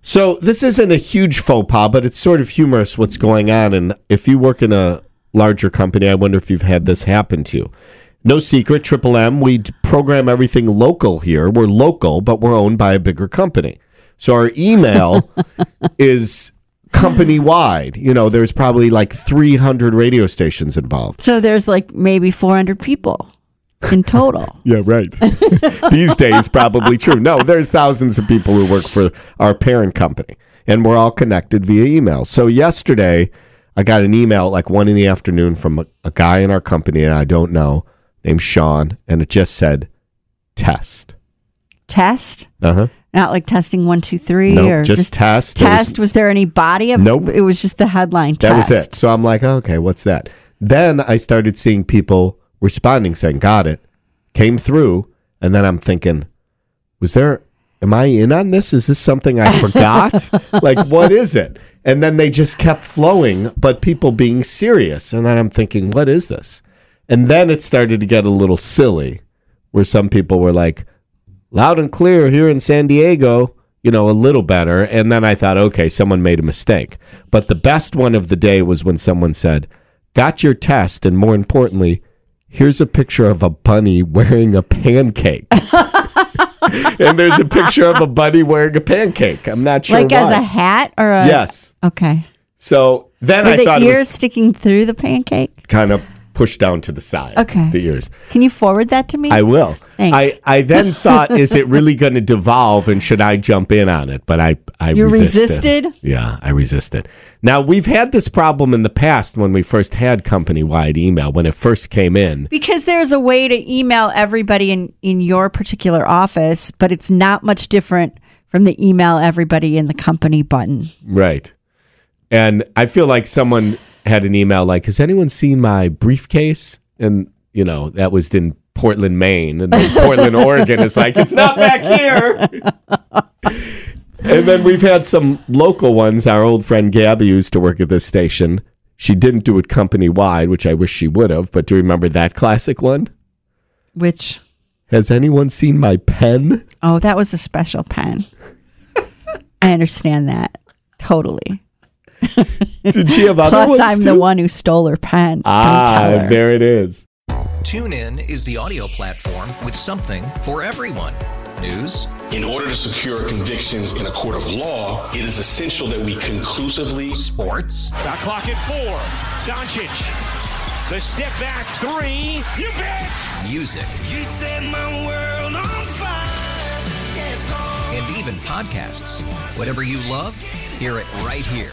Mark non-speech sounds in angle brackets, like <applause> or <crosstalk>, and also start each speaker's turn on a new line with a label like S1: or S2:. S1: So, this isn't a huge faux pas, but it's sort of humorous what's going on. And if you work in a larger company, I wonder if you've had this happen to you. No secret, Triple M, we program everything local here. We're local, but we're owned by a bigger company. So, our email is company wide. You know, there's probably like 300 radio stations involved.
S2: So, there's like maybe 400 people
S1: <laughs>
S2: in total.
S1: yeah, right. These days, probably true. No, there's thousands of people who work for our parent company, and we're all connected via email. So yesterday, I got an email like one in the afternoon from a, a guy in our company, and I don't know, named Sean, and it just said test.
S2: Test?
S1: Uh huh.
S2: Not like testing one, two, three,
S1: nope,
S2: or
S1: just, just test.
S2: Test. Was, was, there any body of?
S1: Nope.
S2: It was just the headline.
S1: That
S2: test.
S1: was it. So I'm like, oh, okay, what's that? Then I started seeing people responding saying got it came through and then i'm thinking was there am i in on this is this something i forgot like what is it and then they just kept flowing but people being serious and then i'm thinking what is this and then it started to get a little silly where some people were like loud and clear here in san diego you know a little better and then i thought okay someone made a mistake but the best one of the day was when someone said got your test and more importantly here's a picture of a bunny wearing a pancake. <laughs> and there's a picture of a bunny wearing a pancake. I'm not sure.
S2: Like
S1: why.
S2: as a hat or a
S1: Yes.
S2: Okay.
S1: So then
S2: Were
S1: I
S2: the
S1: thought it
S2: ears
S1: was
S2: sticking through the pancake?
S1: kind of pushed down to the side.
S2: Okay.
S1: The ears.
S2: Can you forward that to me?
S1: I will.
S2: Thanks.
S1: I, I
S2: <laughs>
S1: then thought, is it really going to devolve and should I jump in on it? But I, I
S2: You
S1: resisted.
S2: resisted?
S1: Yeah, I resisted. Now, we've had this problem in the past when we first had company wide email, when it first came in.
S2: Because there's a way to email everybody in, in your particular office, but it's not much different from the email everybody in the company button.
S1: Right. And I feel like someone had an email like, Has anyone seen my briefcase? And, you know, that was in Portland, Maine. And then
S2: <laughs>
S1: Portland, Oregon is like, It's not back here. and then we've had some local ones. Our old friend Gabby used to work at this station. She didn't do it company wide, which I wish she would have. But do you remember that classic one?
S2: Which
S1: Has anyone seen my
S2: <laughs>
S1: pen?
S2: oh, that was a special pen. I understand that. Totally.
S1: Did she have other
S2: Plus
S1: ones
S2: I'm
S1: too?
S2: the one who stole her pen. Don't tell
S1: Ah,
S2: her.
S1: there it is.
S3: TuneIn is the audio platform with something for everyone. News.
S4: In order to secure convictions in a court of law, it is essential that we conclusively.
S3: Sports.
S5: Shot clock at four. Doncic. The step back three. You bet.
S3: Music.
S6: You set my world on fire. Yes, oh.
S3: and even podcasts. Whatever you love, hear it right here